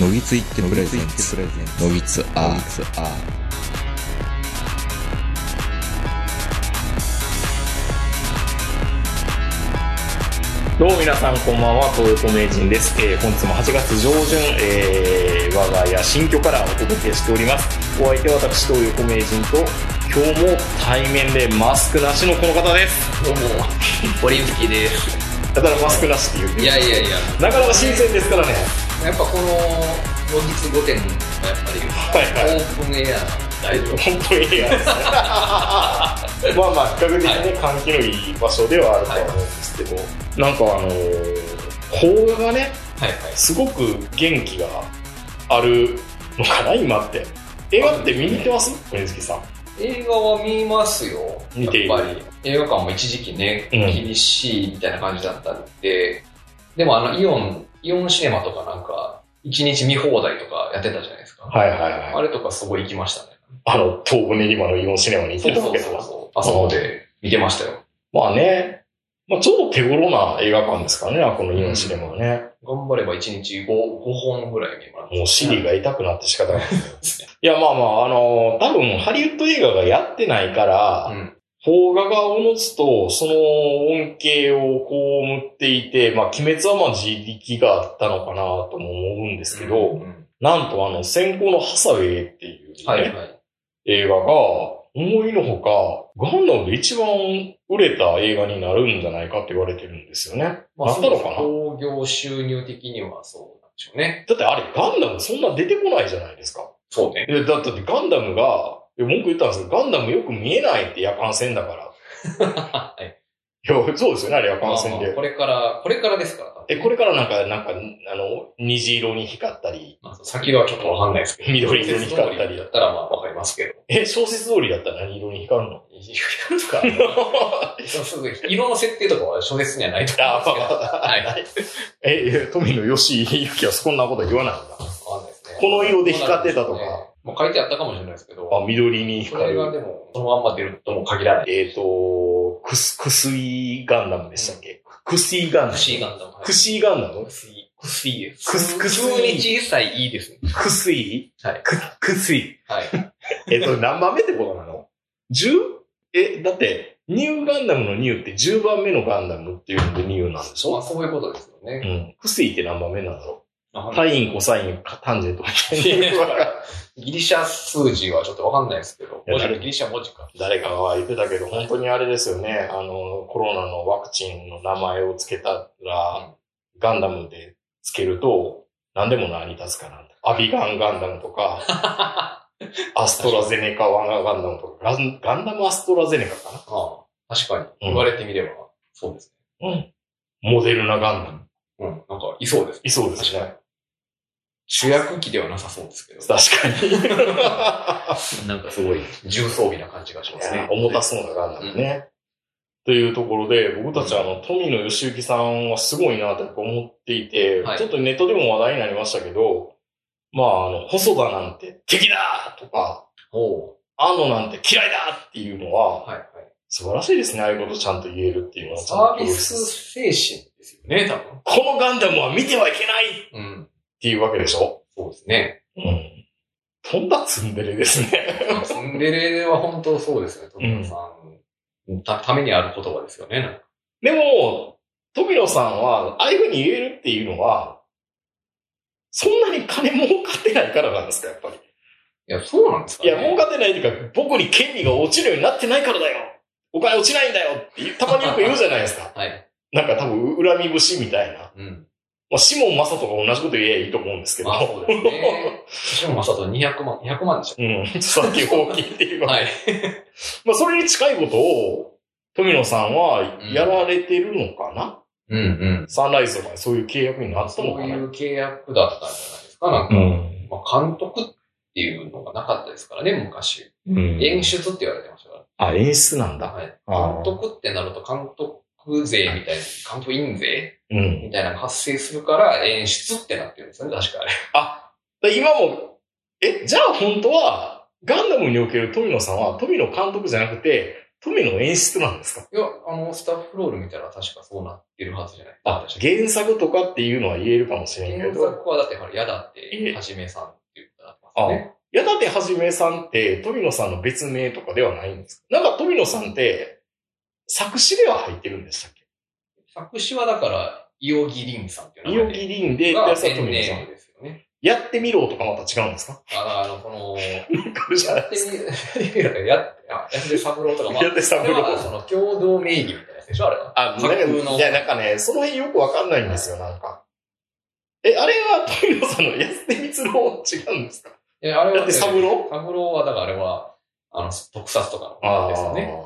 のぎついってプレゼンツプレゼンのぎつアーツアーどうも皆さんこんばんは、トヨト名人です。えー、本日も8月上旬、えー、我が家新居からお届けしております。お相手は私、東横名人と、今日も対面でマスクなしのこの方です。どうも、オリンピックです。だからマスクなしっていう。いやいやいや、なかなか新鮮ですからね。やっぱこのロギツ御殿がやっぱり、はいはいオープンエア大丈夫。本当に いやですね。まあまあ、比較的ね、換気のいい場所ではあるとは思うんですけど、なんかあのー、邦画がね、はいはい。すごく元気があるのかな、今って。映画って見に行ってます小泉さん。映画は見ますよ。見ているやっぱり。映画館も一時期ね、うん厳しいみたいな感じだったんで、でもあの、イオン、イオンシネマとかなんか、一日見放題とかやってたじゃないですか。はいはいはい。あれとかすごい行きましたね。あの、東武練馬のイオンシネマに行っそてうたそわけうだそうそう。あそこで見てましたよ。まあね、まあ、ちょうど手頃な映画館ですからね、このイオンシネマはね。頑張れば一日 5, 五本ぐらい見ます。もう尻が痛くなって仕方ない。 いや、まあまあ、あの多分ハリウッド映画がやってないから、うん。邦画がおのずと、その恩恵をこうむっていて、まあ、鬼滅はまあ自力があったのかなとも思うんですけど、うんうんなんとあの、先行のハサウェイっていう、ねはいはい。映画が、思いのほか、ガンダムで一番売れた映画になるんじゃないかって言われてるんですよね。なったのかなだ興行収入的にはそうなんでしょうね。ってあれ、ガンダムそんな出てこないじゃないですか。そうね。えだってガンダムが、え文句言ったんですけど、ガンダムよく見えないって夜間戦だから。 はい。いや、そうですよね、あれ夜まあ間戦まあで。これから、これからですから。え、これからなんか、なんか、あの、虹色に光ったり、まあ先はちょっとわかんないですけど。緑色に光ったりだったらまあわかりますけど。え、小説通りだったら何色に光るの光るかそうすぐ色の設定とかは小説にはないと思うんですけど。はい。わか え、富野義行はそんなこと言わないんだ。んないですね。この色で光ってたとかそうなんですね。まあ書いてあったかもしれないですけど。あ、緑にこ光れるは。でも、そのまんま出るとも限らない。えっ、と、クス、クスイガンダムでしたっけ、クスイガンダム。クシーガンダム。クシイガンダムクスイ。クスイです。クスクスイ普通に小さいいいですね。クスイはい。ク、クスイ。はい。えっ、と、何番目ってことなの ?10? え、だって、ニューガンダムのニューって10番目のガンダムっていうのでニューなんでしまあょそういうことですようね。ん。クスイって何番目なんだろうはタイン、コサイン、タンジェントみたいいな。 ギリシャ数字はちょっとわかんないですけど、いや文字誰ギリシャ文字か。誰かが言ってたけど、本当にあれですよね。あの、コロナのワクチンの名前をつけたら、ガンダムでつけると、何でも成り立つかな。アビガンガンダムとか、 アストラゼネカワンガンダムとか、ガンガンダムアストラゼネカかああ確かに。うん言われてみれば、そうですな。うん。モデルナガンダム。ね。うん。なんか、いそうです。いそうですね。主役機ではなさそうですけ ど、確かなんかすごい重装備な感じがしますにいねや。。重たそうなガンダムね。というところで、僕たちあの、富野義行さんはすごいなと思っていて、はいちょっとネットでも話題になりましたけど、まあ、あの、細田なんて敵だとか、おうあのなんて嫌いだっていうのは、はいはい。素晴らしいですね。ああいうことちゃんと言えるっていうのは。サービス精神ですよね、多このガンダムは見てはいけないっ分。うん。ていうわけでしょそうですね。うん。とんだツンデレですね。ツンデレは本当そうですね、トムさん。た、ためにある言葉ですよね。なんかでも、富野さんは、ああいうふうに言えるっていうのは、そんなに金儲かってないからなんですか、やっぱり。いや、そうなんですかいね。。や、儲かってないっていうか、僕に権利が落ちるようになってないからだよお金落ちないんだよって、たまによく言うじゃないですか はい。なんか多分、恨み節みたいな。うん。まあ、シモン・マサトが同じこと言えばいいと思うんですけど。まあそうですね。しかもまさと200万、200万でしうん。さっき放棄っていうょ。 か。はい。まあ、それに近いことを、富野さんはうんやられてるのかな、うんうん。サンライズとかそういう契約になったのそうかいなう契約だったんじゃないですか。なんか、ん。まあ、監督っていうのがなかったですからね、昔。うん演出って言われてましたかあ、演出なんら。だ。はい。あー監督ってなると、監督税みたいな、監督印税うん。みたいなのが発生するから、演出ってなってるんですよね、確かあれ。で今も、え、じゃあ本当は、ガンダムにおける富野さんは、富野監督じゃなくて、富の演出なんですかいや、あの、スタッフロール見たら確かそうなってるはずじゃない。あ確、か原作とかっていうのは言えるかもしれん原けど、作はだって、ほら、やだっええて、はじめさんっていうことになってますね。矢立はじめさんって富野さんの別名とかではないんですかなんか富野さんって作詞では入ってるんでしたっ作詞はだから、伊予義林さんっていうけ伊名予前で。義林で、がやつはペ富ン野さネームん。ですよね。やってみろとかまた違うんです かあの、あの、この、これじゃなやいっでてすか。みる、やって、あやってサブローとか、まあ、やってサブローでもあのその共同名義みたいなやつでしょ、あれは。あ、架なんか空のいや、なんかね、その辺よくわかんないんですよ、なんか。え、あれは富野さんの安手光郎違うんですかえ、あれは、だってサブローサブローは、だからあれは、あの、特撮とかのですよね。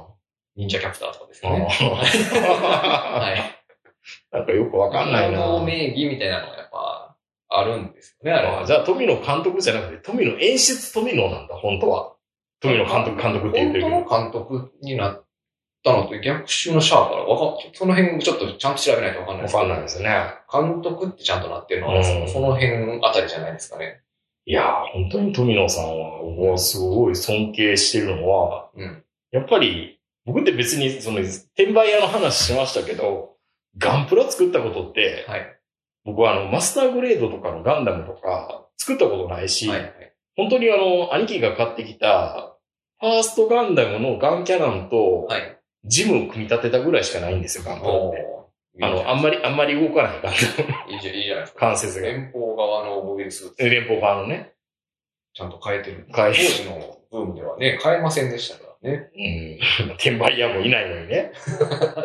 忍者キャプターとかですあー。よね。あはい。ー なんかよくわかんない共同な。名義みたいなのがやっぱ、あるんですよね、あれあは。ーじゃあ、富野監督じゃなくて、富野演出富野なんだ、本当は。富野監督、監督って言ってるけど。本当の監督になったのと逆襲のシャアからわかん、その辺ちょっとちゃんと調べないとわかんわないですかけどんないですよね。監督ってちゃんとなってるのは、うんその辺あたりじゃないですかね。いやー、本当に富野さんは、もうすごい尊敬してるのは、うん。やっぱり、僕って別に、その、転売屋の話しましたけど、ガンプラ作ったことって、はい。僕はあの、マスターグレードとかのガンダムとか、作ったことないし、はい。はい。本当にあの、兄貴が買ってきた、ファーストガンダムのガンキャナンと、はい。ジムを組み立てたぐらいしかないんですよ、ガンプラって。あの、あんまり、あんまり動かないガンダム。 いいじゃんいいじゃないですか。関節が連邦側の防御術え連邦側のね。ちゃんと変えてる。変え当時のブームではね、変えませんでしたからね。うん。 転売屋もいないのにね。確か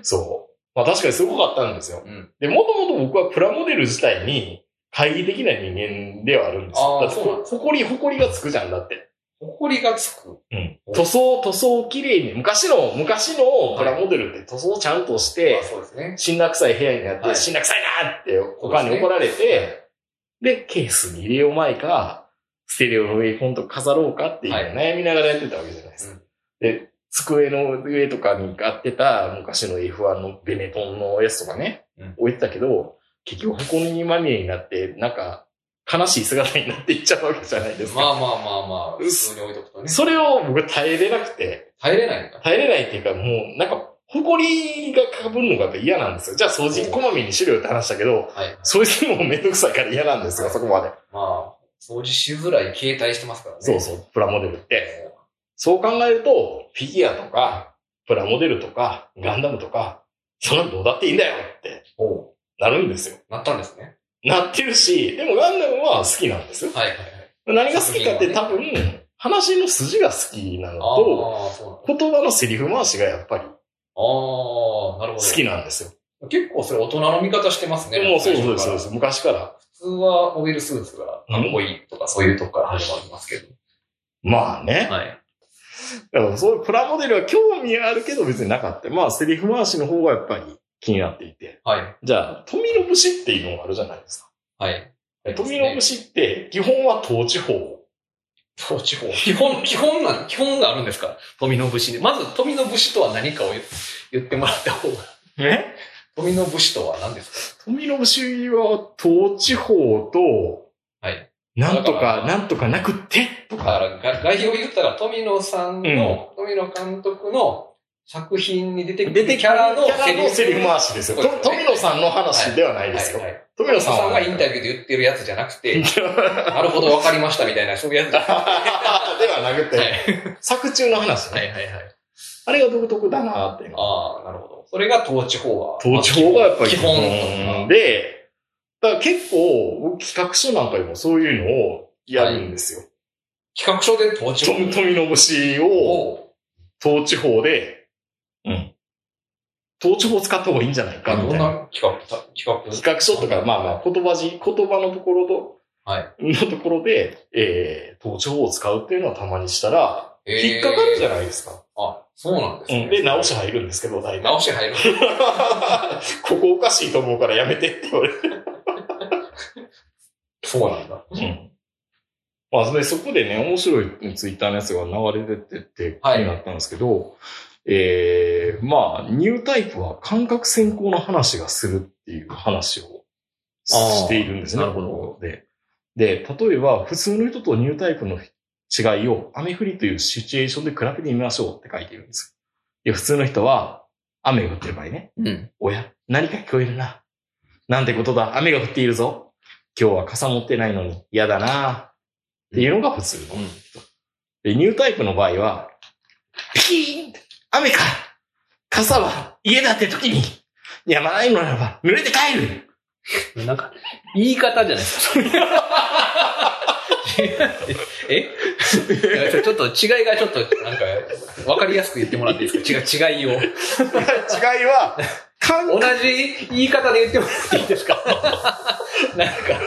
そう。まあ確かにすごかったんですよ。に。うん。で、もともと僕はプラモデル自体に、懐疑的な人間ではあるんですよ。あーだってそうなんですほこり、ほこりがつくじゃんだって。誇りがつく。うん塗装、塗装を綺麗に、昔の、昔のプラモデルって塗装ちゃんとして、あそうですね。死んだ臭い部屋になって、はい死んだ臭いなーって、おかんに怒られて、でケースに入れようまいか、ステレオの上にポンと飾ろうかっていうのをはい悩みながらやってたわけじゃないですか。で、机の上とかに買ってた昔の F1 のベネトンのやつとかね、うん置いてたけど、結局箱にまみれになって、なんか、悲しい姿になっていっちゃうわけじゃないですか。まあまあまあまあ、普通に置いとくとね。それを僕耐えれなくて、耐えれないんだ。耐えれないっていうか、もう、なんか、埃がかぶるのがやっぱ嫌なんですよ。じゃあ掃除こまめにしろよって話したけど、はい。掃除するのもめんどくさいから嫌なんですよ、そこまで。まあ、掃除しづらい携帯してますからね。そうそう、プラモデルって。そう考えると、フィギュアとか、プラモデルとか、ガンダムとか、そんなのどうだっていいんだよっておうなるんですよ。なったんですね。なってるし、でもガンダムは好きなんですよ。はいはいは何い。が好きかって多分、話の筋が好きなのと、ああ、そうなんだ。言葉のセリフ回しがやっぱりああ、なる好ほど。きなんですよ。結構それ大人の味方してますね。もうそうそうそう最そう、初から昔から。普通はモビルスーツがかっこいいとかそういうとこから始まりますけど。まあね。はい。だからそういうプラモデルは興味あるけど別になかった。まあセリフ回しの方がやっぱり気になっていて。はい。じゃあ、富の節っていうのがあるじゃないですか。はい。富の節って基本は統治法。東地方。基本、基本なん、基本があるんですから。富の節に。まず富の節とは何かを言言ってもらった方が。え富の節とは何ですか富の節は統治法と、はい。なんとだかか、なんとかなくて、とだか。から、が概要を言ったら、富野さんの、富野監督の作品に出てく出るてキャラのキャラのセリフ回しですよ。そうですねと富野さんの話ではないですよ。はいはい富野富さ野んさはんがイン タビューで言ってるやつじゃなくて、なるほど、わかりましたみたいな、そういうやつじゃなくて。ではなくて、はい作中の話ね。はいはいはい。あれが独特だなっていうのはああ、なるほど。それが統治法が。統治法がやっぱり基本。で、だから結構、僕企画書なんかでもそういうのをやるんですよ。企画書で統治富法富の節をを、統治法で、うん。統治法を使った方がいいんじゃないかがみどんたいな。な企画、た企画企画書とか、まあまあ、言葉じ、言葉のところと、はいのところで、えー、統治法を使うっていうのはたまにしたら、えー引っかかるじゃないですか。あ、そうなんですうね。ん。で、直し入るんですけど、大体。直し入る。 ここおかしいと思うからやめてって言われてそうなんだ。うんまあ、それそこでね、面白いツイッターのやつが流れてってって気はいになったんですけど、えー、まあ、ニュータイプは感覚先行の話がするっていう話をしあーしているんですね。なるほどここで。で、例えば、普通の人とニュータイプの違いを雨降りというシチュエーションで比べてみましょうって書いてるんですよ。で普通の人は、雨が降ってる場合ね、うん。おや、何か聞こえるな。なんてことだ、雨が降っているぞ。今日は傘持ってないのに嫌だな。っていうのが普通のうん。で、ニュータイプの場合は、ピキーン雨か傘は家だって時に、やまないのならば濡れて帰るなんか、言い方じゃないですか。 えいやちょちょっと違いがちょっと、なんか、わかりやすく言ってもらっていいです か違う、違いを。違い は、感同じ言い方で言ってもらっていい ですかなんか、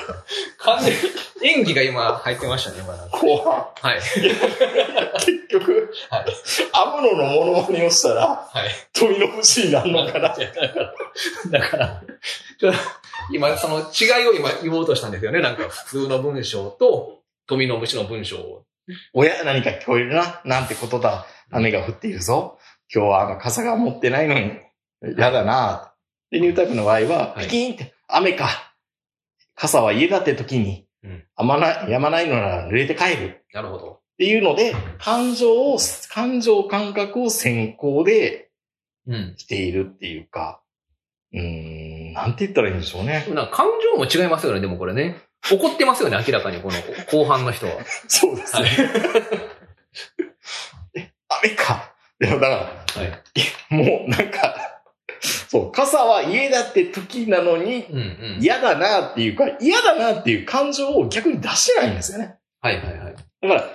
完全に演技が今入ってましたね、今なんか。後半、はい。結局、はい。アムロのモノマネをしたら、はい。問いの節になるのかな。だから、ちょ今、その違いを今言おうとしたんですよね。なんか、普通の文章と、富の虫の文章を。おや、何か聞こえるな。なんてことだ。雨が降っているぞ。今日はあの傘が持ってないのに、やだな。で、ニュータイプの場合は、はいピキーンって、雨か。傘は家だって時にうん、あまな、やまないのなら濡れて帰る。なるほど。っていうので、感情を、感情感覚を先行でうん。しているっていうか、うーん、なんて言ったらいいんでしょうね。なんか感情も違いますよね、でもこれね。怒ってますよね、明らかに、この後半の人は。そうですね。 え雨か。でもだかはい。ら、もうなんか、そう、傘は家だって時なのに、うんうん。嫌だなっていうか、嫌だなっていう感情を逆に出してないんですよね。はいはいはい。だから、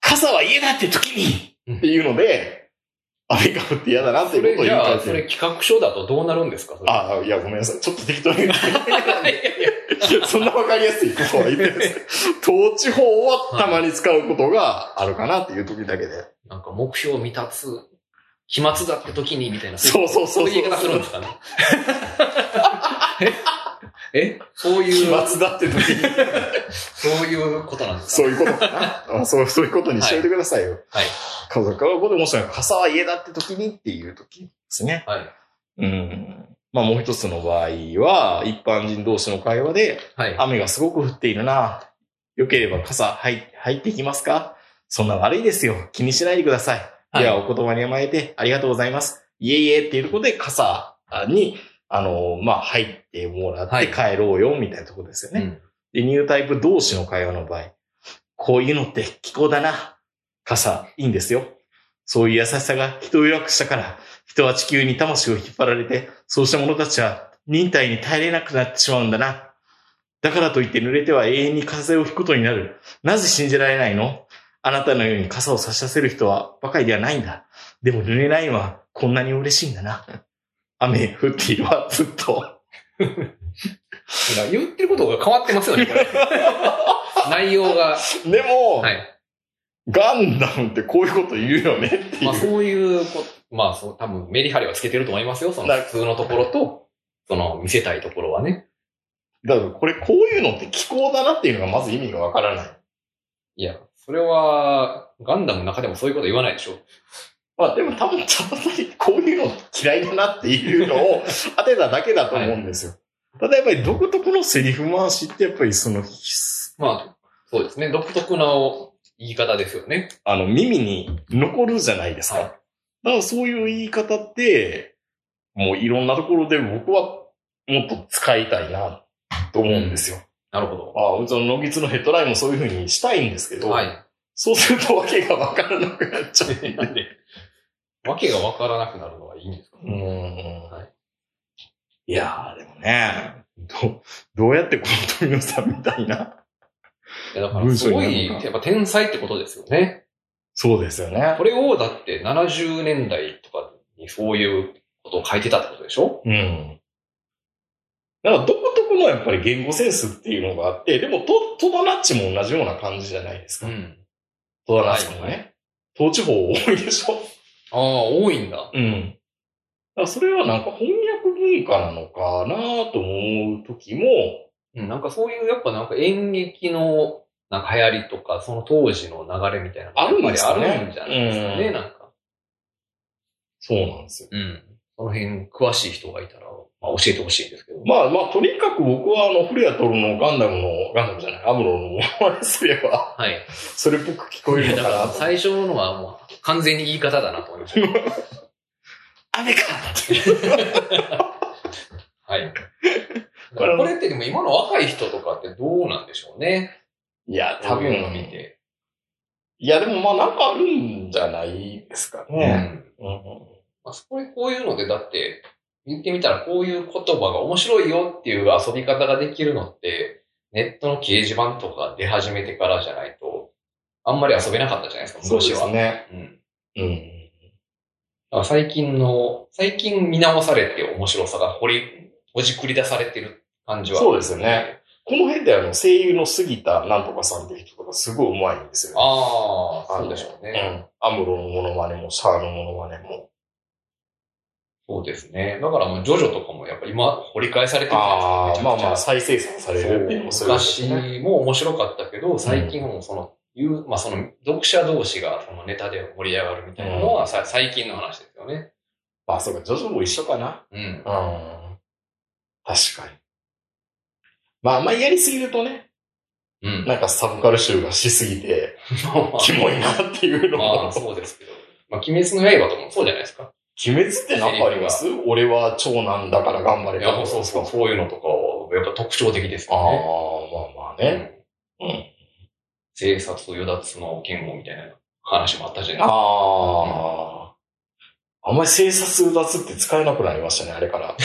傘は家だって時にっていうので、雨が降って嫌だなってそいうれことをじ言うゃかあ、それ企画書だとどうなるんですかそれああ、いや、ごめんなさい。ちょっと適当に。いやいや そんなわかりやすいことは言ってないです。統治法はたまに使うことがあるかなっていう時だけで。なんか目標未達、飛沫だって時に、みたいな。そうそうそうそうそういう言い方するんですかね。ええそう飛いう、 沫だって時に、そういうことなんですそかういうことか な。あそうそういうことにしといてくださいよ。はい。家族はこともしない。傘は家だって時にっていう時ですね。はい。うん。まあもう一つの場合は、一般人同士の会話で、はい。雨がすごく降っているな。よければ傘入入ってきますかそんな悪いですよ。気にしないでください。はいでは、お言葉に甘えてありがとうございます。いえいえっていうところで傘に、あの、まあ、入ってもらっはてい帰ろうよ、みたいなところですよね。で、ニュータイプ同士の会話の場合、こういうのって気候だな。傘、いいんですよ。そういう優しさが人を弱くしたから、人は地球に魂を引っ張られて、そうした者たちは忍耐に耐えれなくなってしまうんだな。だからといって濡れては永遠に風邪をひくことになる。なぜ信じられないのあなたのように傘を差し出せる人はばかりではないんだ。でも濡れないのはこんなに嬉しいんだな。雨降っているわ、ずっと。うん言ってることが変わってますよね、 これ。内容が。でも、はい。ガンダムってこういうこと言うよねってい まあう。そういうこと、まあそう、多分メリハリはつけてると思いますよ、そのだ普通のところと、その見せたいところはね。だからこれこういうのって気候だなっていうのがまず意味がわからない。いや、それは、ガンダムの中でもそういうこと言わないでしょ。まあでも多分ちゃんとこういうの嫌いだなっていうのを当てただけだと思うんですよ。ただやっぱり独特のセリフ回しってやっぱりその、まあ、そうですね。独特な言い方ですよね。あの耳に残るじゃないですか。はいだからそういう言い方って、もういろんなところで僕はもっと使いたいなと思うんですよ。なるほど。ああ、そのノギツのヘッドラインもそういうふうにしたいんですけど、はい。そうするとわけがわからなくなっちゃう。なんで、わけがわからなくなるのはいいんですかうーんはいいやー、でもね、ど、どうやってこの富野さんみたいな。いやだから、文す章にごなるのい、かやっぱ天才ってことですよね。そうですよねこ。れを、だって70年代とかにそういうことを書いてたってことでしょうん。なんか独特のやっぱり言語センスっていうのがあって、でもト、トダナッチも同じような感じじゃないですか。ん。トダナッチもね。統治法多いでしょ。ああ、多いんだ。うん。だからそれはなんか翻訳文化なのかなと思う時も、うん、なんかそういう、やっぱなんか演劇の、なんか流行りとか、その当時の流れみたいなのがあるんですかねやっぱりあるんじゃないですかね、うんなんか。そうなんですよ。うん。その辺詳しい人がいたら、まあ、教えてほしいんですけど。まあまあ、とにかく僕はあの、フレアトルのガンダムの、ガンダムじゃない、アムロのものすれば、はい。 それっぽく聞こえるのだか、からなと。最初のはもう完全に言い方だなと思 いました。あれかはい。これこれってでも今の若い人とかってどうなんでしょうね。いや、多多分分、見て。いや、でもまあ、なんかあるんじゃないですかうね。ん。うんまあ、そこでこういうので、だって、言ってみたらこういう言葉が面白いよっていう遊び方ができるのって、ネットの掲示板とか出始めてからじゃないと、あんまり遊べなかったじゃないですか、そう昔では。すね。うん。うん。だから最近の、最近見直されて面白さが掘り、ほじくり出されてる感じは。そうですよね。この辺であの、声優の杉田なんとかさんっていう人とかすごい上手いんですよね。ああ、そうでしょううね。ん。アムロのモノマネも、シャアのモノマネも。そうですね。だからもうジョジョとかもやっぱ今掘り返されてるじゃないあですあ、か。まあまあ、めち再生産されるっていうのゃもくそちゃういうことです昔ね。も面白かったけど、最近はもうその、いう、まあその読者同士がそのネタで盛り上がるみたいなのはさ、最近の話ですよね。まあ、そうか、ジョジョも一緒かな。うん。うん。確かに。まあ、あんまりやりすぎるとね、うん。なんかサブカル集がしすぎて、キモいなっていうのまも。あそうですけど。まあ鬼滅の刃とかもそうじゃないですか。鬼滅って何かあります俺は長男だから頑張れいたや、そうそう、そういうのとかは、やっぱ特徴的ですああよー、まあまあね。ね。うんうん政策と与奪の剣をみたいな話もあったじゃないですか。ああ。あんまり生殺奪って使えなくなりましたね、あれ から。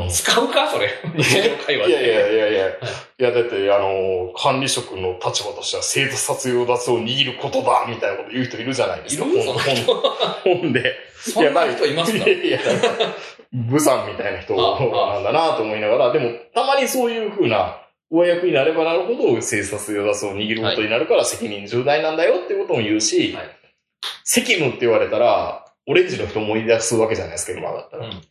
うん使うかそれ。日常会話 いやいで。やいやいや。いや、だって、あの、管理職の立場としては生徒殺用奪を握ることだみたいなこと言う人いるじゃないですか。いる本その本本で。そんな人いますかいやいや、なんか武さんみたいな人なんだなと思いながら、でも、たまにそういうふうな、上役になればなるほど、生殺与奪を握ることになるから責任重大なんだよってことも言うし、はい責務って言われたら、オレンジの人思い出すわけじゃないですか、今だったら。うん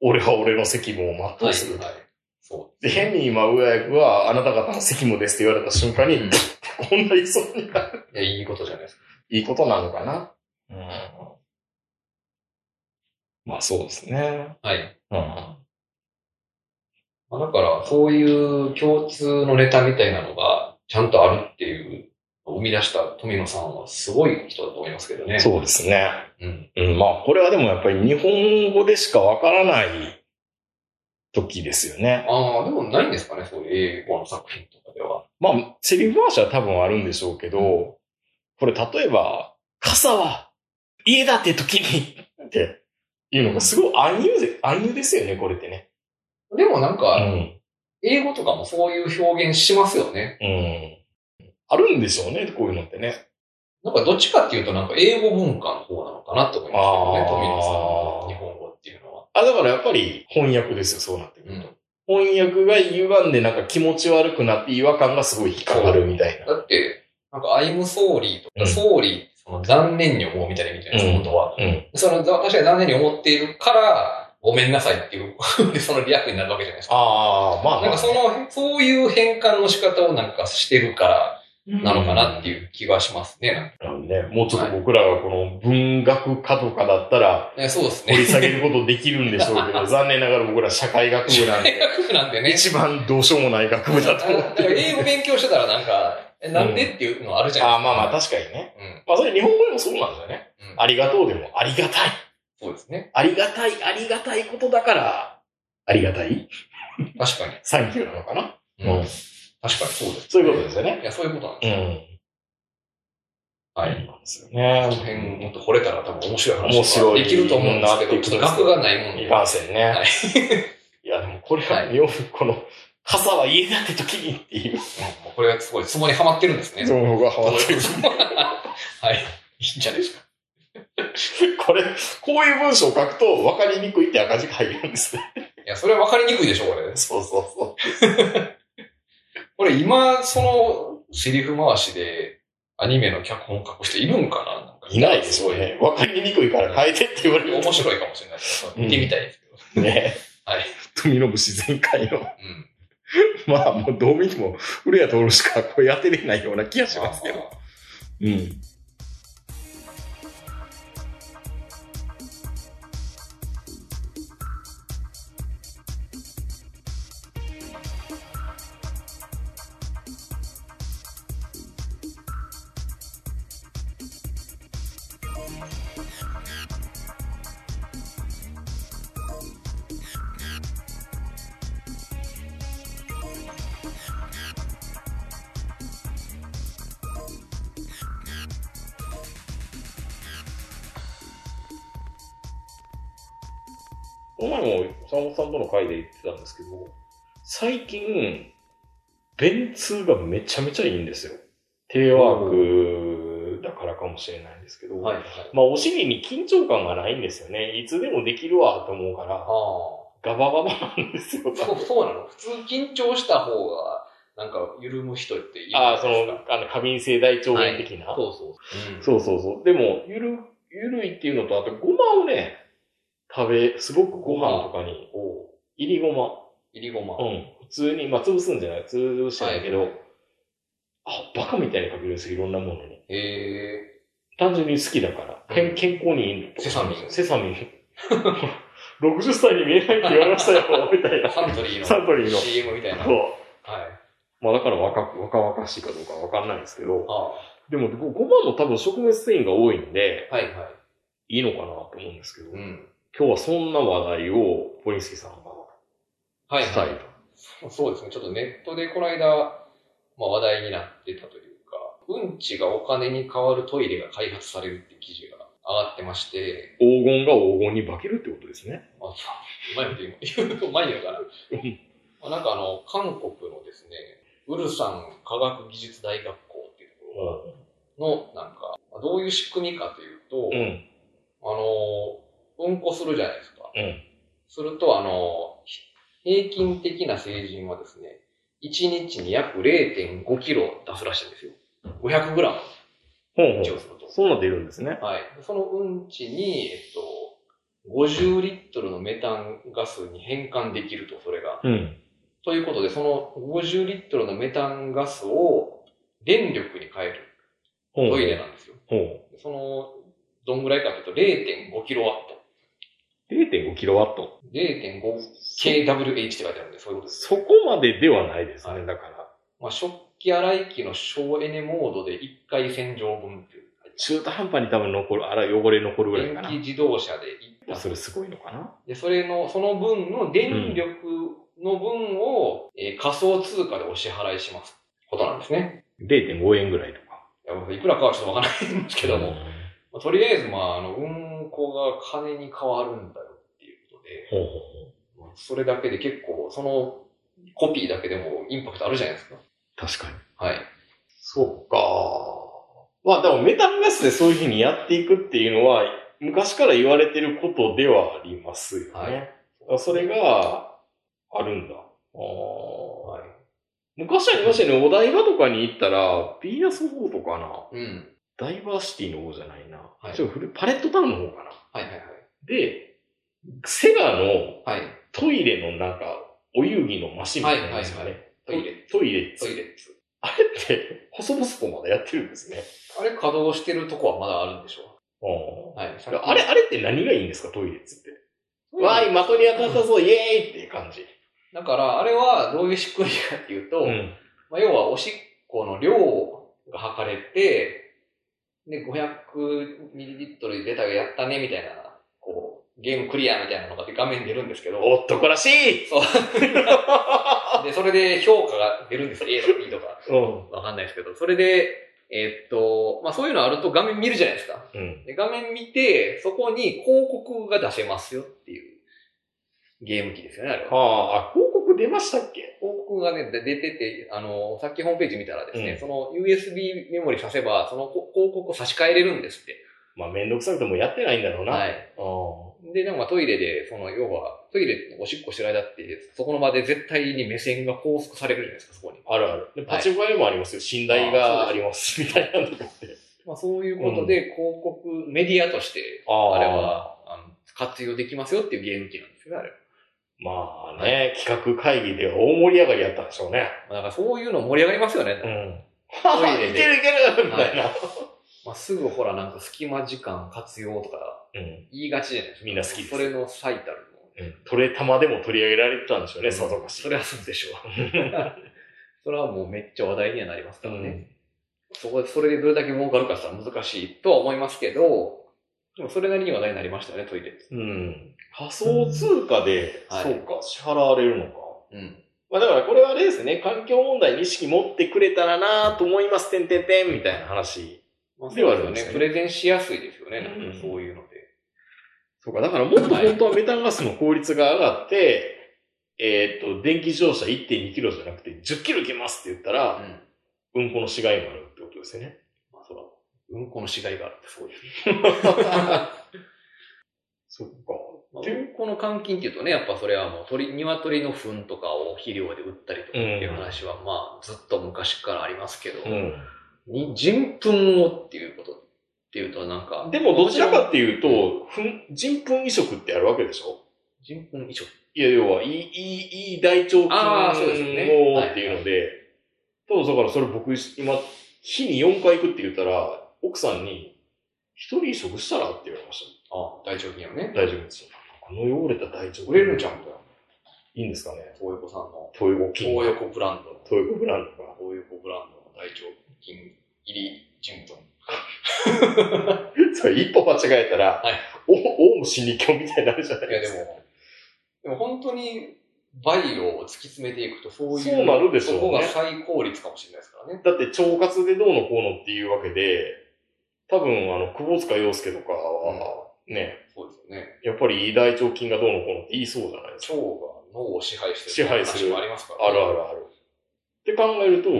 俺は俺の責務を全はういする。はいそで、変に今、上役は、あなた方の責務ですって言われた瞬間に、うんこんな理想になる。う。いや、いいことじゃないですか。いいことなのかな。まあそうですね。はい。うん。まあだから、そういう共通のネタみたいなのが、ちゃんとあるっていう、生み出した富野さんはすごい人だと思いますけどね。そうですね。うん。うん、まあこれはでもやっぱり日本語でしかわからない時ですよね。ああ、でもないんですかね、そういう英語の作品とかでは。まあ、セリフ回しは多分あるんでしょうけど、これ例えば、傘は家だって時にっていうのがすごい暗喩で、暗喩ですよね、これってね。でもなんか、ん。英語とかもそういう表現しますよね。うん。あるんでしょうね、こういうのってね。なんかどっちかっていうとなんか英語文化の方なのかなと思いますけどね、あー富野さんの日本語っていうのは。あ、だからやっぱり翻訳ですよ、そうなってくると。翻訳が歪んでなんか気持ち悪くなって違和感がすごい引っかかるみたいな。だって、なんか I'm sorry とうか、ん sorry、その残念に思うみたいな意味じゃないですか、本当は。うん。その、確かに残念に思っているから、ごめんなさいっていう、でそのリアクになるわけじゃないですか。ああ、まあ、なんかその、そういう変換の仕方をなんかしてるからのなのかなっていう。いう気がしますね。なんかうんね、もうちょっと僕らがこの文学科とかだったらねそうです掘りね。下げることできるんでしょうけ ど、残念ながら僕ら社会学部なん で、学部なんでね。一番どうしようもない学部だと思なんってかる。英語勉強してたらなんか、え、なんでっていうのあるじゃない ああ、まあまあ確かにね。ですか。うん。まあそれ日本語でもそうなんですよね。うんありがとうでもありがたい。そうですね。ありがたい、ありがたいことだから、ありがたい確かサンキューなのかなに。うん確かにそうです。そういうことですよね。いや、そういうことなんうです。ん。そはうない。んですよね。この辺もっと掘れたら多分面白い話面白いできると思うんですなけっていど、うこちとょでっすと額がないもんいで。かんせんね。、はい や、でもこれは、はいよくこの、傘は家だって時にっていう。うんこれがすごい、相撲にはまってるんですね。情報がハマってる。はい。いいんじゃないですか。これ、こういう文章を書くと分かりにくいって赤字が入るんですね。いや、それは分かりにくいでしょ、これ。 そうそうそこれ今、その、セリフ回しで、アニメの脚本を書く人いるんかななんかう。いないですよね。分かりにくいから変えてって言われる。面白いかもしれないです。見てみたいですけど。い。ね。はい。富信自然界の。うん。まあ、もうどう見ても、古谷徹しかこれ当てれないような気がししまますすけけど。ど。うん。この前も山本さんとの会で言ってたんですけど、最近、便通がめちゃめちゃいいんですよ。テレワークだからかもしれないんですけど、はいはい。まあお尻に緊張感がないんですよね。いつでもできるわと思うかあら、あ。ガバガバなんですよ。そうそうなの普通緊張した方が、なんか緩む人っているああ、そのうん、あの、過敏性大腸炎的な、そうそう。そうそうそう。でも、ゆる、ゆるいっていうのと、あとごまをね、食べ、すごくご飯とかに、おいりごま。いりごま。うん。普通に、まあ、潰すんじゃない潰してないけど、はいあ、バカみたいにかけるんですよ、いろんなものに。へえ。単純に好きだから。けん健康にいいんだとセサミンセサミン。60歳に見えないって言われました よ、みたいな。サントリーの。サントリーの CM みたいな。そ。。はいうまあだから若く、若々しいかどうかわかんないんですけどあ、あ。はでもごごまも多分食物繊維が多いんで、いはい。いいのかなと思うんですけど、うん。今日はそんな話題を、ポリンスキーさんがはいしたいはと。い。そうですね。ちょっとネットでこの間、まあ話題になってたというか、うんちがお金に変わるトイレが開発されるっていう記事が上がってまして、黄金が黄金に化けるってことですね。あ、そう。前って言う、前言うかな。まあなんかあの、韓国のですね、ウルサン科学技術大学校っていうところの、なんか、まあどういう仕組みかというと、うん。あの、うんこするじゃないですか。うんすると、あの、ひ平均的な成人はですね、1日に約0.5キロ出すらしいんですよ。500グラム、ほううんちほをう。すると。そんなん出るんですね。はい。そのうんちに、えっと、50リットルのメタンガスに変換できると、それが。うん。ということで、その50リットルのメタンガスを電力に変えるほうほトうイレなんですよ。ほう。その、どんぐらいかというと0.5キロワット。 0.5キロワット。 0.5kWh って書いてあるんで、そういうことです。そこまでではないですね、だから。まあ、食器洗い機の省エネモードで1回洗浄分っていう中途半端に多分残る、あら、汚れ残るぐらいか電な気。自動車で1それすごいのかなで、それの、その分の電力の分を、えー仮想通貨でお支払いします。ことなんですね。 ?0.5 円ぐらいとか。いやいくらかはちょっとわからないんですけども。うんまあとりあえず、まあ、あの、運行が金に変わるんだよっていうことで、ほうほうまあそれだけで結構、そのコピーだけでもインパクトあるじゃないですか。ほう。確かに。はい。そうか。まあでもメタンガスでそういうふうにやっていくっていうのは、昔から言われてることではありますよね。はいだからそれがあるんだ。はい。昔はありましたよね。お台場とかに行ったら、ピーナス法とかな。うん。ダイバーシティの方じゃないな。はいちょっと古いパレットタウンの方かな。はいはいはい。で、セガのはい。トイレのなんか、お遊戯のマシンみたいなやつがはいね。トイレ。。トイレっつトイレッツ。あれって、細々とまだやってるんですね。あれ稼働してるとこはまだあるんでしょうんう。はい。あれ、あれって何がいいんですか、トイレっつって。うんわーい、的に当たったぞ、イエーイっていう感じ。だから、あれはどういう仕組みかっていうと、ん。まあ、要はおしっこの量が測れて、で、500ミリリットルで出たがやったね、みたいな、こう、ゲームクリアみたいなのが画面に出るんですけど、男らしいで、それで評価が出るんですよ。A とか B とか。うん。わかんないですけど、それで、えーっと、まあ、そういうのあると画面見るじゃないですか。うん。で、画面見て、そこに広告が出せますよっていうゲーム機ですよね、あれは。ああ、広告出ましたっけ広告がね、で出てて、あの、さっきホームページ見たらですね、うんその USB メモリ挿せば、そのこ広告を差し替えれるんですって。まあ、めんどくさくてもうやってないんだろうな。。はいい。で、なんかトイレで、その、要は、トイレでおしっこしてる間って、そこの場で絶対に目線が拘束されるじゃないですか、そこに。あるある。で、パチンコ屋にもありますよ。寝台があります。みたいなのとかって。まあ、そういうことで、広告、メディアとして、あああれ。は、あの、活用できますよっていうゲーム機なんですよね、あれは。まあね、企画会議では大盛り上がりやったんでしょうね。まあ、なんかそういうの盛り上がりますよね。ん。トイ レでいけるいけるみたいな。まあ、すぐほら、なんか隙間時間活用とか、うん。言いがちじゃないですか。みんな好きですそれの最たるもの。取れ玉でも取り上げられてたんでしょうね、さぞかし。それはそうでしょう。 それはもうめっちゃ話題にはなりますからね。そこで、それでどれだけ儲かるかしたら難しいとは思いますけど、でもそれなりに話題になりましたよね、トイレ。うん。仮想通貨で、はいそうか、支払われるのか。うん。まあだからこれはあれですね、環境問題に意識持ってくれたらなぁと思います、てんてんてんみたいな話。まあ、ではあるそんうでですすよよねね。プレゼンしやすいですよね、うんなんかそういうので。そうか、だからもっと本当はメタンガスの効率が上がって、えーっと、電気自動車1.2キロじゃなくて10キロ行けますって言ったうら、ん。うんこの死骸もあるってことですよ ね。まあ、そら、うんこの死骸があるってそうですね。そっか。まあでこの換金っていうとね、やっぱそれはもう鳥、鶏の糞とかを肥料で売ったりとかっていう話は、まあ、ずっと昔からありますけど、うに人糞をっていうことっていうとなんかん。、でもどちらかっていうと、ふん、人糞移植ってあるわけでしょ人糞以上。いや、要は、いい、いい、いい大腸菌をあーそうですよねはいっていうので、そうだからそれ僕、今、日に4回行くって言ったら、奥さんに、一人移植したらって言われましあ大腸菌をね。た。大丈夫です。この汚れた大腸菌。売れるんちゃうんだよ。いいんですかね。東横さんの、東横菌。東横ブランドの、東横ブランドが。東横ブランドの大腸菌入り人糞。それ一歩間違えたら、はいお、オウム真理教みたいになるじゃないいでやですか。も、でも本当にバイオを突き詰めていくとそういう、そうなるでしょうねそこが最高率かもしれないですからね。だって腸活でどうのこうのっていうわけで、多分、あの、窪塚洋介とかは、ね、そうですよね。やっぱりいい大腸菌がどうのこうのって言いそうじゃないですか腸が脳を支配してる支配する話もありますから、あるあるある。って考えると、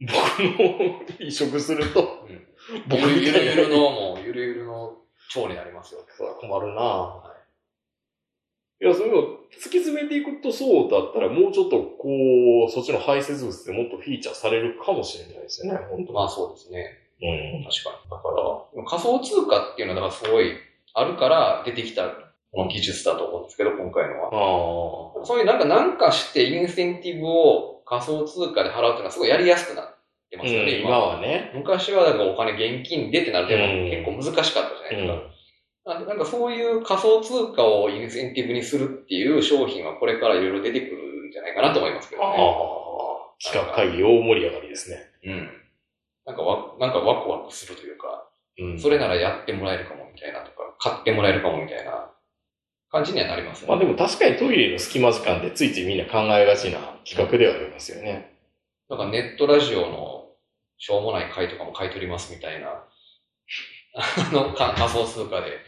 僕の移植すると、うん僕ゆるみゆたるいゆなるの、もう、ゆるゆるの腸になりますよ。そうだ困るなぁ、い、や、それを突き詰めていくとそうだったら、もうちょっとこう、そっちの排泄物でもっとフィーチャーされるかもしれないですよね、本当まあそうですね。うん。確かに。だから、仮想通貨っていうのは、だからすごい、あるから出てきた、この技術だと思うんですけど、今回のは。ああ。そういうなんか、なんかしてインセンティブを仮想通貨で払うっていうのはすごいやりやすくなってますよね、今はね。昔はなんかお金現金でってなるうんのも結構難しかったじゃなういですか。ん。なんでなんかそういう仮想通貨をインセンティブにするっていう商品はこれからいろいろ出てくるんじゃないかなと思いますけどああね。。企画会議大盛り上がりですね。うん。なんかわ、なんかワクワクするというか、うんそれならやってもらえるかもみたいなとか、買ってもらえるかもみたいな感じにはなりますよまあね。でも確かにトイレの隙間時間でついついみんな考えがちな企画ではありますよね。なんかネットラジオのしょうもない回とかも買い取りますみたいな、 あの、か仮想通貨で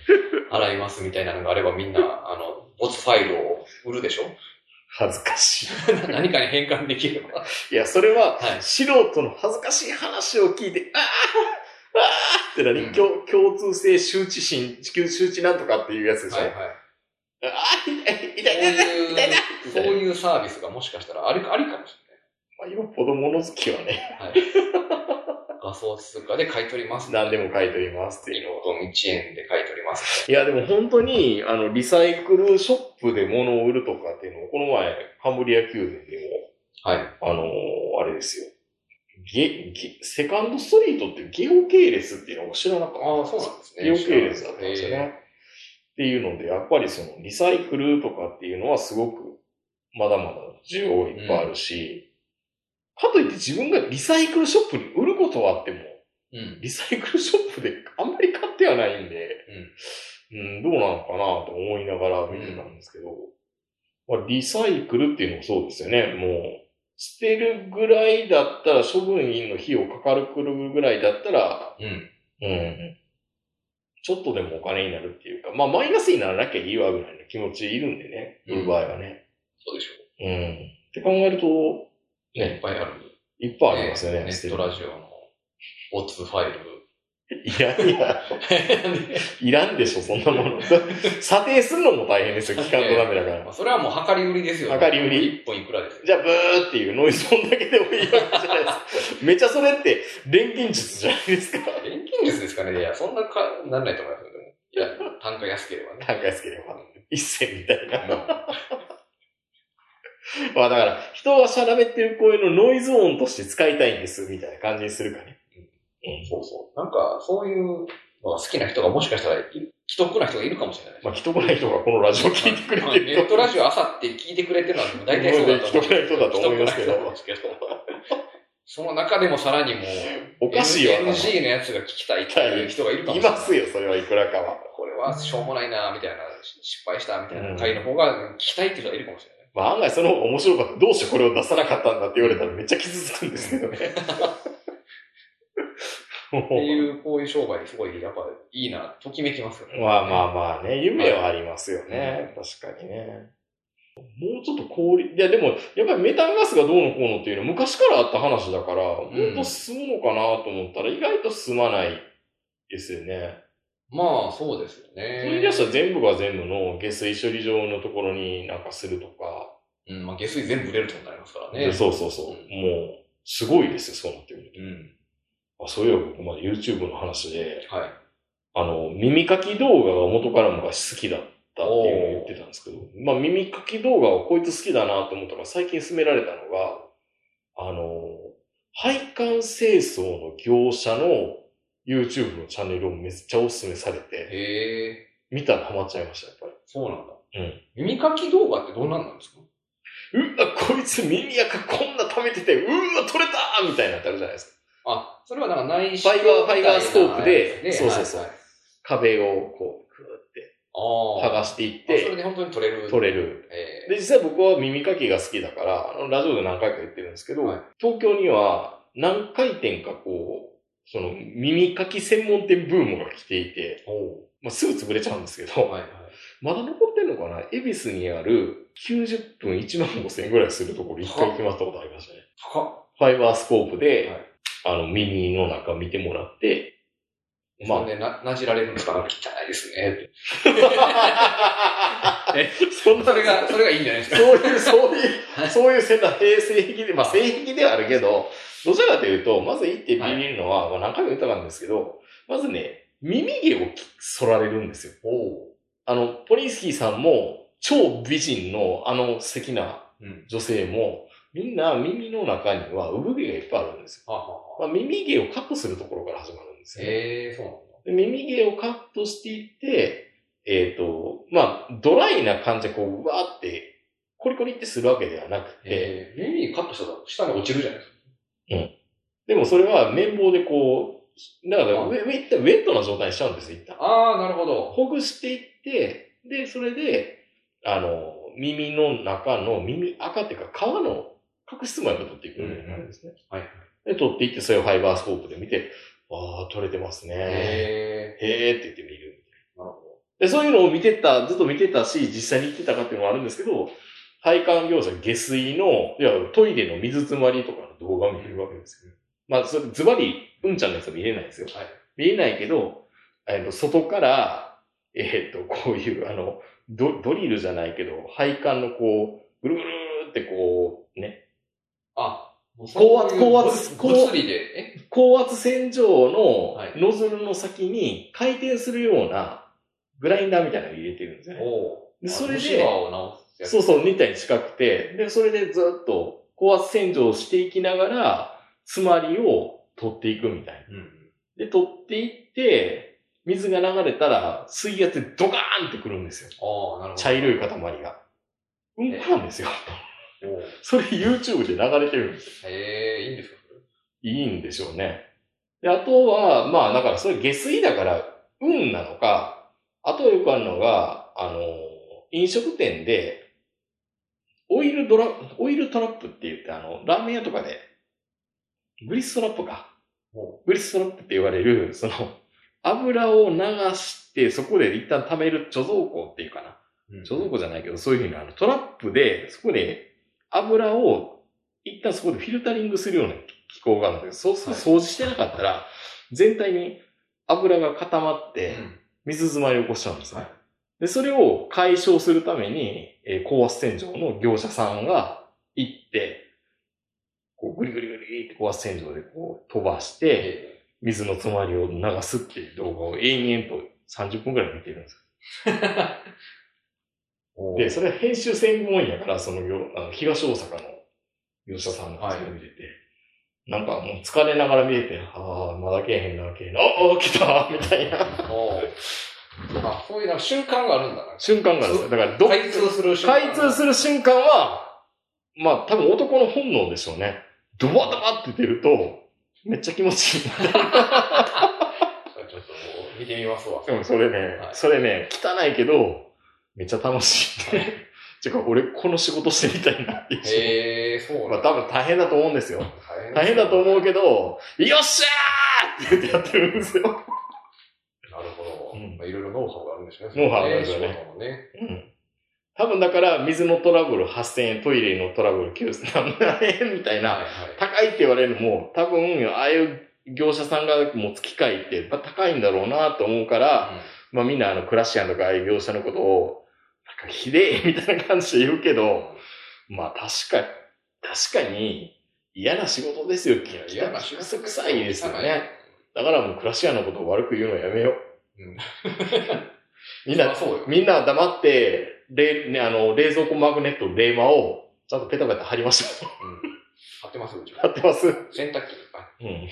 払いますみたいなのがあればみんな、あの、ボツファイルを売るでしょ 恥ずかしい。何かに変換でき れば。いや、それは、はい素人の恥ずかしい話を聞いて、ああああってなに、うん共共通性周知心、地球周知なんとかっていうやつでしょ、はいはい。ああ痛い痛いそ痛うい痛いいう、そういうサービスがもしかしたらありありかもしまあ、よっぽど物好きはね、れない。はい。 仮想通貨で買い取ります。何でも書いておりますっていうのは。 1円で買い取ります。いや、でも本当に、あの、リサイクルショップで物を売るとかっていうのを、この前、カンブリア宮殿ではい。も、あのーあれですよ。ゲ、ゲ、セカンドストリートってゲオ系列っていうのを知らなかった。ああ、そうなんですね。余計列だったんですよへーね。っていうので、やっぱりそのリサイクルとかっていうのはすごくまだまだ需要いっぱいあるし、かといって自分がリサイクルショップに売ることはあっても、うん。リサイクルショップであんまり買ってはないんで、うん、どうなのかなと思いながら見てたんですけど、まあ、リサイクルっていうのもそうですよね。もう、捨てるぐらいだったら、処分員の費用かかるぐらいだったら、うん。うん。ちょっとでもお金になるっていうか、まあマイナスにならなきゃいいわぐらいの気持ちいるんでね、うん売る場合はね。そうでしょうん。って考えると、う。いっぱいある。いっぱいありますよね。ネ捨てッるトラジオのボツファイル。いらんや。いらんでしょ、そんなもの。査定するのも大変ですよ、期間のためだか まら。あ、それはもう量り売りですよ、量り売り。 1本いくらですよ。じゃあ、ブーっていうノイズ音だけでもいいわけじゃないですか。めっちゃそれって、錬金術じゃないですか。現金率ですかねいや、そんなか、なんないと思いますよ、でも。いや、単価安ければね。単価安ければ。一銭みたいな。うんまあだから、人が喋ってる声のノイズ音として使いたいんです、みたいな感じにするかね。うん。そうそう。なんか、そういうのが好きな人がもしかしたら、既得な人がいるかもしれない。まあ、人来ない人がこのラジオ聞いてくれまあてネるットと。ラジオ朝って聞いてくれてるのは大体そうだと思既う。得な人だと思いますけど既得な人だと思うんですけど その中でもさらにもう、おかしいよ。 NG のやつが聞きたいっていう人がいるかもいしれまない。すよ、それはいくらかは。これはしょうもないな、みたいな、し失敗した、みたいな回の方が聞きたいっていう人がいるかもしれない。まあ案外その方が面白かった。どうしてこれを出さなかったんだって言われたらめっちゃ傷つくんですけどね。っていう、こういう商売、すごい、やっぱいいな、ときめきますよ ね。まあまあまあね、夢はありますよね。確かにね。もうちょっと氷、いやでも、やっぱりメタンガスがどうのこうのっていうのは昔からあった話だから、もっと進むのかなと思ったら意外と進まないですよね。まあ、そうですよそれに出ね。したら全部が全部の下水処理場のところになんかするとか、うん、まあ、下水全部売れるってことになりますからね。そうそうそう。もう、すごいですよ、そうなってくるうん。と。あそういえば僕まで YouTube の話で、はい。あの、耳かき動画が元から昔好きだったっていうのを言ってたんですけど、まあ耳かき動画をこいつ好きだなと思ったのが最近勧められたのが、あの、配管清掃の業者の YouTube のチャンネルをめっちゃお勧めされて、へえ、見たらハマっちゃいました、やっぱり。そうなんだ。うん。耳かき動画ってどんなんなんですかうわ、こいつ耳垢こんな溜めてて、うわ、取れたみたいなってあるじゃないですか。あ、それはなんか内ファイバー、ファイバーストークで、そそううそそううそうう。そ。はいはい壁をこう、くーってああ。剥がしていっあそれて、で本当に取れる。取れれる。えで、実際僕は耳かきが好きだから、あのラジオで何回か言ってるんですけど、はい東京には何回転かこう、その耳かき専門店ブームが来ていて、ー、おまあ、すぐ潰れちゃうんですけうど、はいはい。まだ残ってんのかな恵比寿にある90分1万5千円ぐらいするところ一回行きましたことありましたね。高っ。ファイバースコープで、はいあの耳の中見てもらって、まま ああね、な、なじられるんですか汚いですね って。そんなそれが、それがいいんじゃないですか。そういう、そういう、そういう性な、性性癖で、まあ性癖ではあるけど、どちらかというと、まず一点ビビるのは、まあ何回も言ったかんですけど、まずね、耳毛を剃られるんですよ。あの、ポリンスキーさんも、超美人のあの素敵なうん。女性も、みんな耳の中には産毛がいっぱいあるんですよ。はははまあ、耳毛をカットするところから始まるんですよね、ええそうなんだ。で耳毛をカットしていって、えっ、と、まあ、ドライな感じでこう、うわーって、コリコリってするわけではなくて、ええ耳カットしたら下に落ちるじゃないですか。でもそれは綿棒でこう、だからあウェウェウェットな状態にしちゃうんですよ、一旦。ああ、なるほど。ほぐしていって、で、それで、あの、耳の中の耳赤っていうか、皮の角質もやっぱ取っていくんですね。うんうんはいで、取っていって、それをファイバースコープで見て、ああ、取れてますね。えへーって言って見るみたいななるほで、そういうのを見てた、ずっと見てたし、実際に行ってたかっていうのもあるんですけど、配管業者下水の、いや、トイレの水詰まりとかの動画を見てるわけですよ。まあ、それ、ズバリ、うんちゃんのやつは見れないですよ。はい見れないけど、あの、外から、えーっと、こういう、あの、ドドリルじゃないけど、配管のこう、ぐるぐるーってこう、ね、ー、あ、もう高圧そういう高圧物高物理で、え高圧洗浄のはいノズルの先に回転するようなグラインダーみたいなのを入れてるんですよね。おでそれでシを直すやつ。そうそう、2体に近くて、で、それでずっと高圧洗浄をしていきながら、詰まりを取っていくみたいな。うん。で、取っていって、水が流れたら、水圧でドカーンってくるんですよ。ああ、なるほど。茶色い塊が。うんこなんですよ。 おーそれ YouTube で流れてるんですよええいいんですかそれいいんでしょうね。で、あとは、まあ、だから、それ下水だから、運なのか、あとよくあるのが、あの、飲食店で、オイルドラ、オイルトラップって言って、あの、ラーメン屋とかで、グリストラップか。グリストラップって言われる、その、油を流して、そこで一旦溜める貯蔵庫っていうかな。貯蔵庫じゃないけど、そういうふうにあの、トラップで、そこで油を一旦そこでフィルタリングするような機構があるんだけど、そうすると掃除してなかったら、全体に油が固まって、水詰まりを起こしちゃうんですね。で、それを解消するために、えー高圧洗浄の業者さんが行って、こう、ぐりぐりぐりって高圧洗浄でこう飛ばして、え水の詰まりを流すっていう動画を延々と30分くらい見てるんですよーで、それは編集専門やから、そのよあの東大阪の業者さんがそれを見てて、なんかもう疲れながら見えて、ああ、まだけえへんな、けえへんな、ああ、来たみたい なおーあ、そういうなんか瞬間があるんだな。瞬間があるんですよ。だからどっ、開通する瞬間。開通する瞬間は、まあ多分男の本能でしょうね。ドバドバって出ると、めっちゃ気持ちいい。ちょっともう見てみますわ。うん、それね、はいそれね、汚いけど、めっちゃ楽しいん で。てか、俺、この仕事してみたいなっていう。へえー、そうまなあんだ。多分大変だと思うんですよ。大大変だとう。思うけど、よっしゃーって言ってやってるんですよ。なるほど。うんまあいろいろノウハウがあるんでしょうね。ノウハウがあるんですよねそう仕事のね。うん。多分だから、水のトラブル8000円、トイレのトラブル9000円みたいはいな、高いって言われるのも、多分、ああいう業者さんが持つ機会って、まあ高いんだろうなと思うから、はい。まあみんなあのクラシアンとかああいう業者のことを、なんかひでえみたいな感じで言うけど、まあ確か、確かに嫌な仕事ですよ。いや嫌嫌なな仕仕事事臭いですよね。だからもうクラシアンのことを悪く言うのやめよう。 うんみんまなあ、そうよ。みんな黙って、冷、ね、あの、冷蔵庫マグネットの冷魔を、ちゃんとペタペタ貼りました。貼ってますうちも貼ってます。うん。洗濯機いっぱい。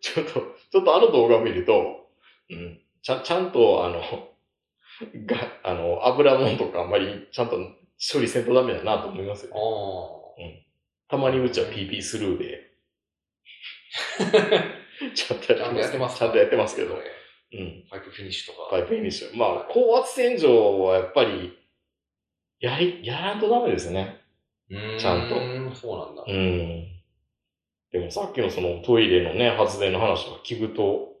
ちょっと、ちょっとあの動画を見ると、うん。ちゃん、ちゃんと、あの、が、あの、油もんとかあんまり、ちゃんと処理せんとダメだなと思いますよあね。たまにうちは PP スルーで。 ちゃんとあ。ちやゃっんてます。とやってます。ちゃんとやってますけど。パうん。イプフィニッシュとパか。イプインでしょ。まあ、高圧洗浄はやっぱり、やり、やらんとダメですね。うーちゃんとんそうなんだ。うん。でもさっきのそのトイレのね、発電の話とか聞くと、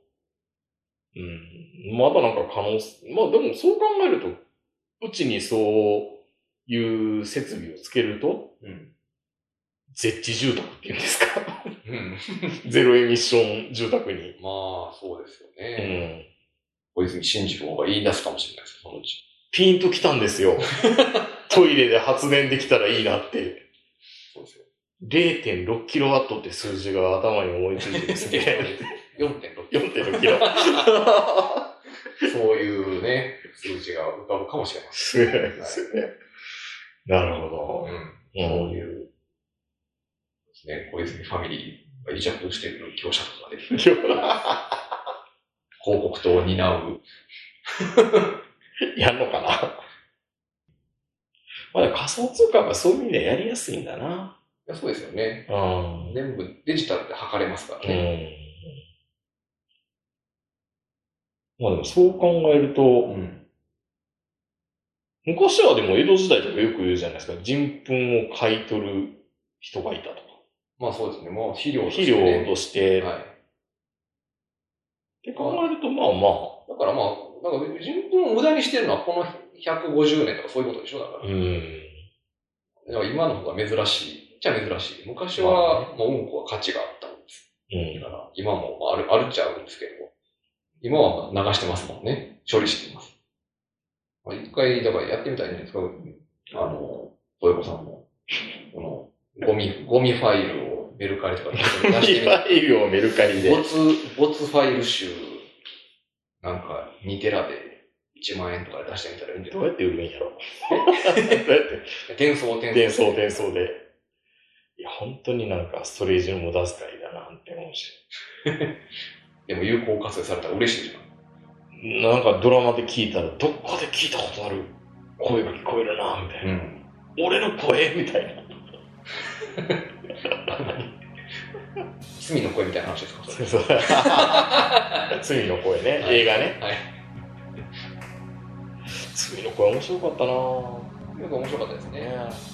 うん、まだなんか可能性、まあでもそう考えると、うちにそういう設備をつけると、うん。絶地住宅っていうんですか うん。ゼロエミッション住宅に。まあ、そうですようね。ん。小泉進次郎が言い出すかもしれないです、そのうち。ピンときたんですよ。トイレで発電できたらいいなって。そうですよ。 0.6キロワットって数字が頭に思いついてです ね。 4.6 4.6キロ。そういうね、数字が浮かぶかもしれません。すごいですよね。なるほうん。ど。そういう、ですね、小泉ファミリーが癒着している業者とかで、いや広告塔を担う。やんのかな。まだ仮想通貨がそういう意味ではやりやすいんだな。いやそうですよね。うん。全部デジタルで測れますからね。まあでもそう考えると、ん。昔はでも江戸時代とかよく言うじゃないですか。人糞を買い取る人がいたとか。まあそうですね。もう肥料として肥料として、っはい。て考えるとまあまあ、だからまあ、なんか人分を無駄にしてるのはこの150年とかそういうことでしょだかうら。ん。だから今の方が珍しい。じゃ珍しい。昔はもううんこは価値があったんです。うんだ。から今もまああるあるっちゃあるんですけど、今はまあ流してますもんね。処理してます。まあ一回、だからやってみたらいいんじゃないですか。あの、トヨコさんも。この、ゴミ、ゴミファイルをメルカリとかに出してみたらァイルをメルカリボツ、ボツファイル集、なんか2テラで1万円とかで出してみたらいいんじゃどなういやって売るんやろどうやって幻想天伝送伝送で。いや、本当になんかストレージの無駄遣いだなって思うし。でも有効活用されたら嬉しいじゃん。なんかドラマで聞いたら、どっかで聞いたことある声が聞こえるな、みたいな。ん。俺の声みた いな。罪の声みたいな話ですかそれ。そう罪の声ね、はい映画ね。はい罪の声面白かったななんか面白かったですね。ね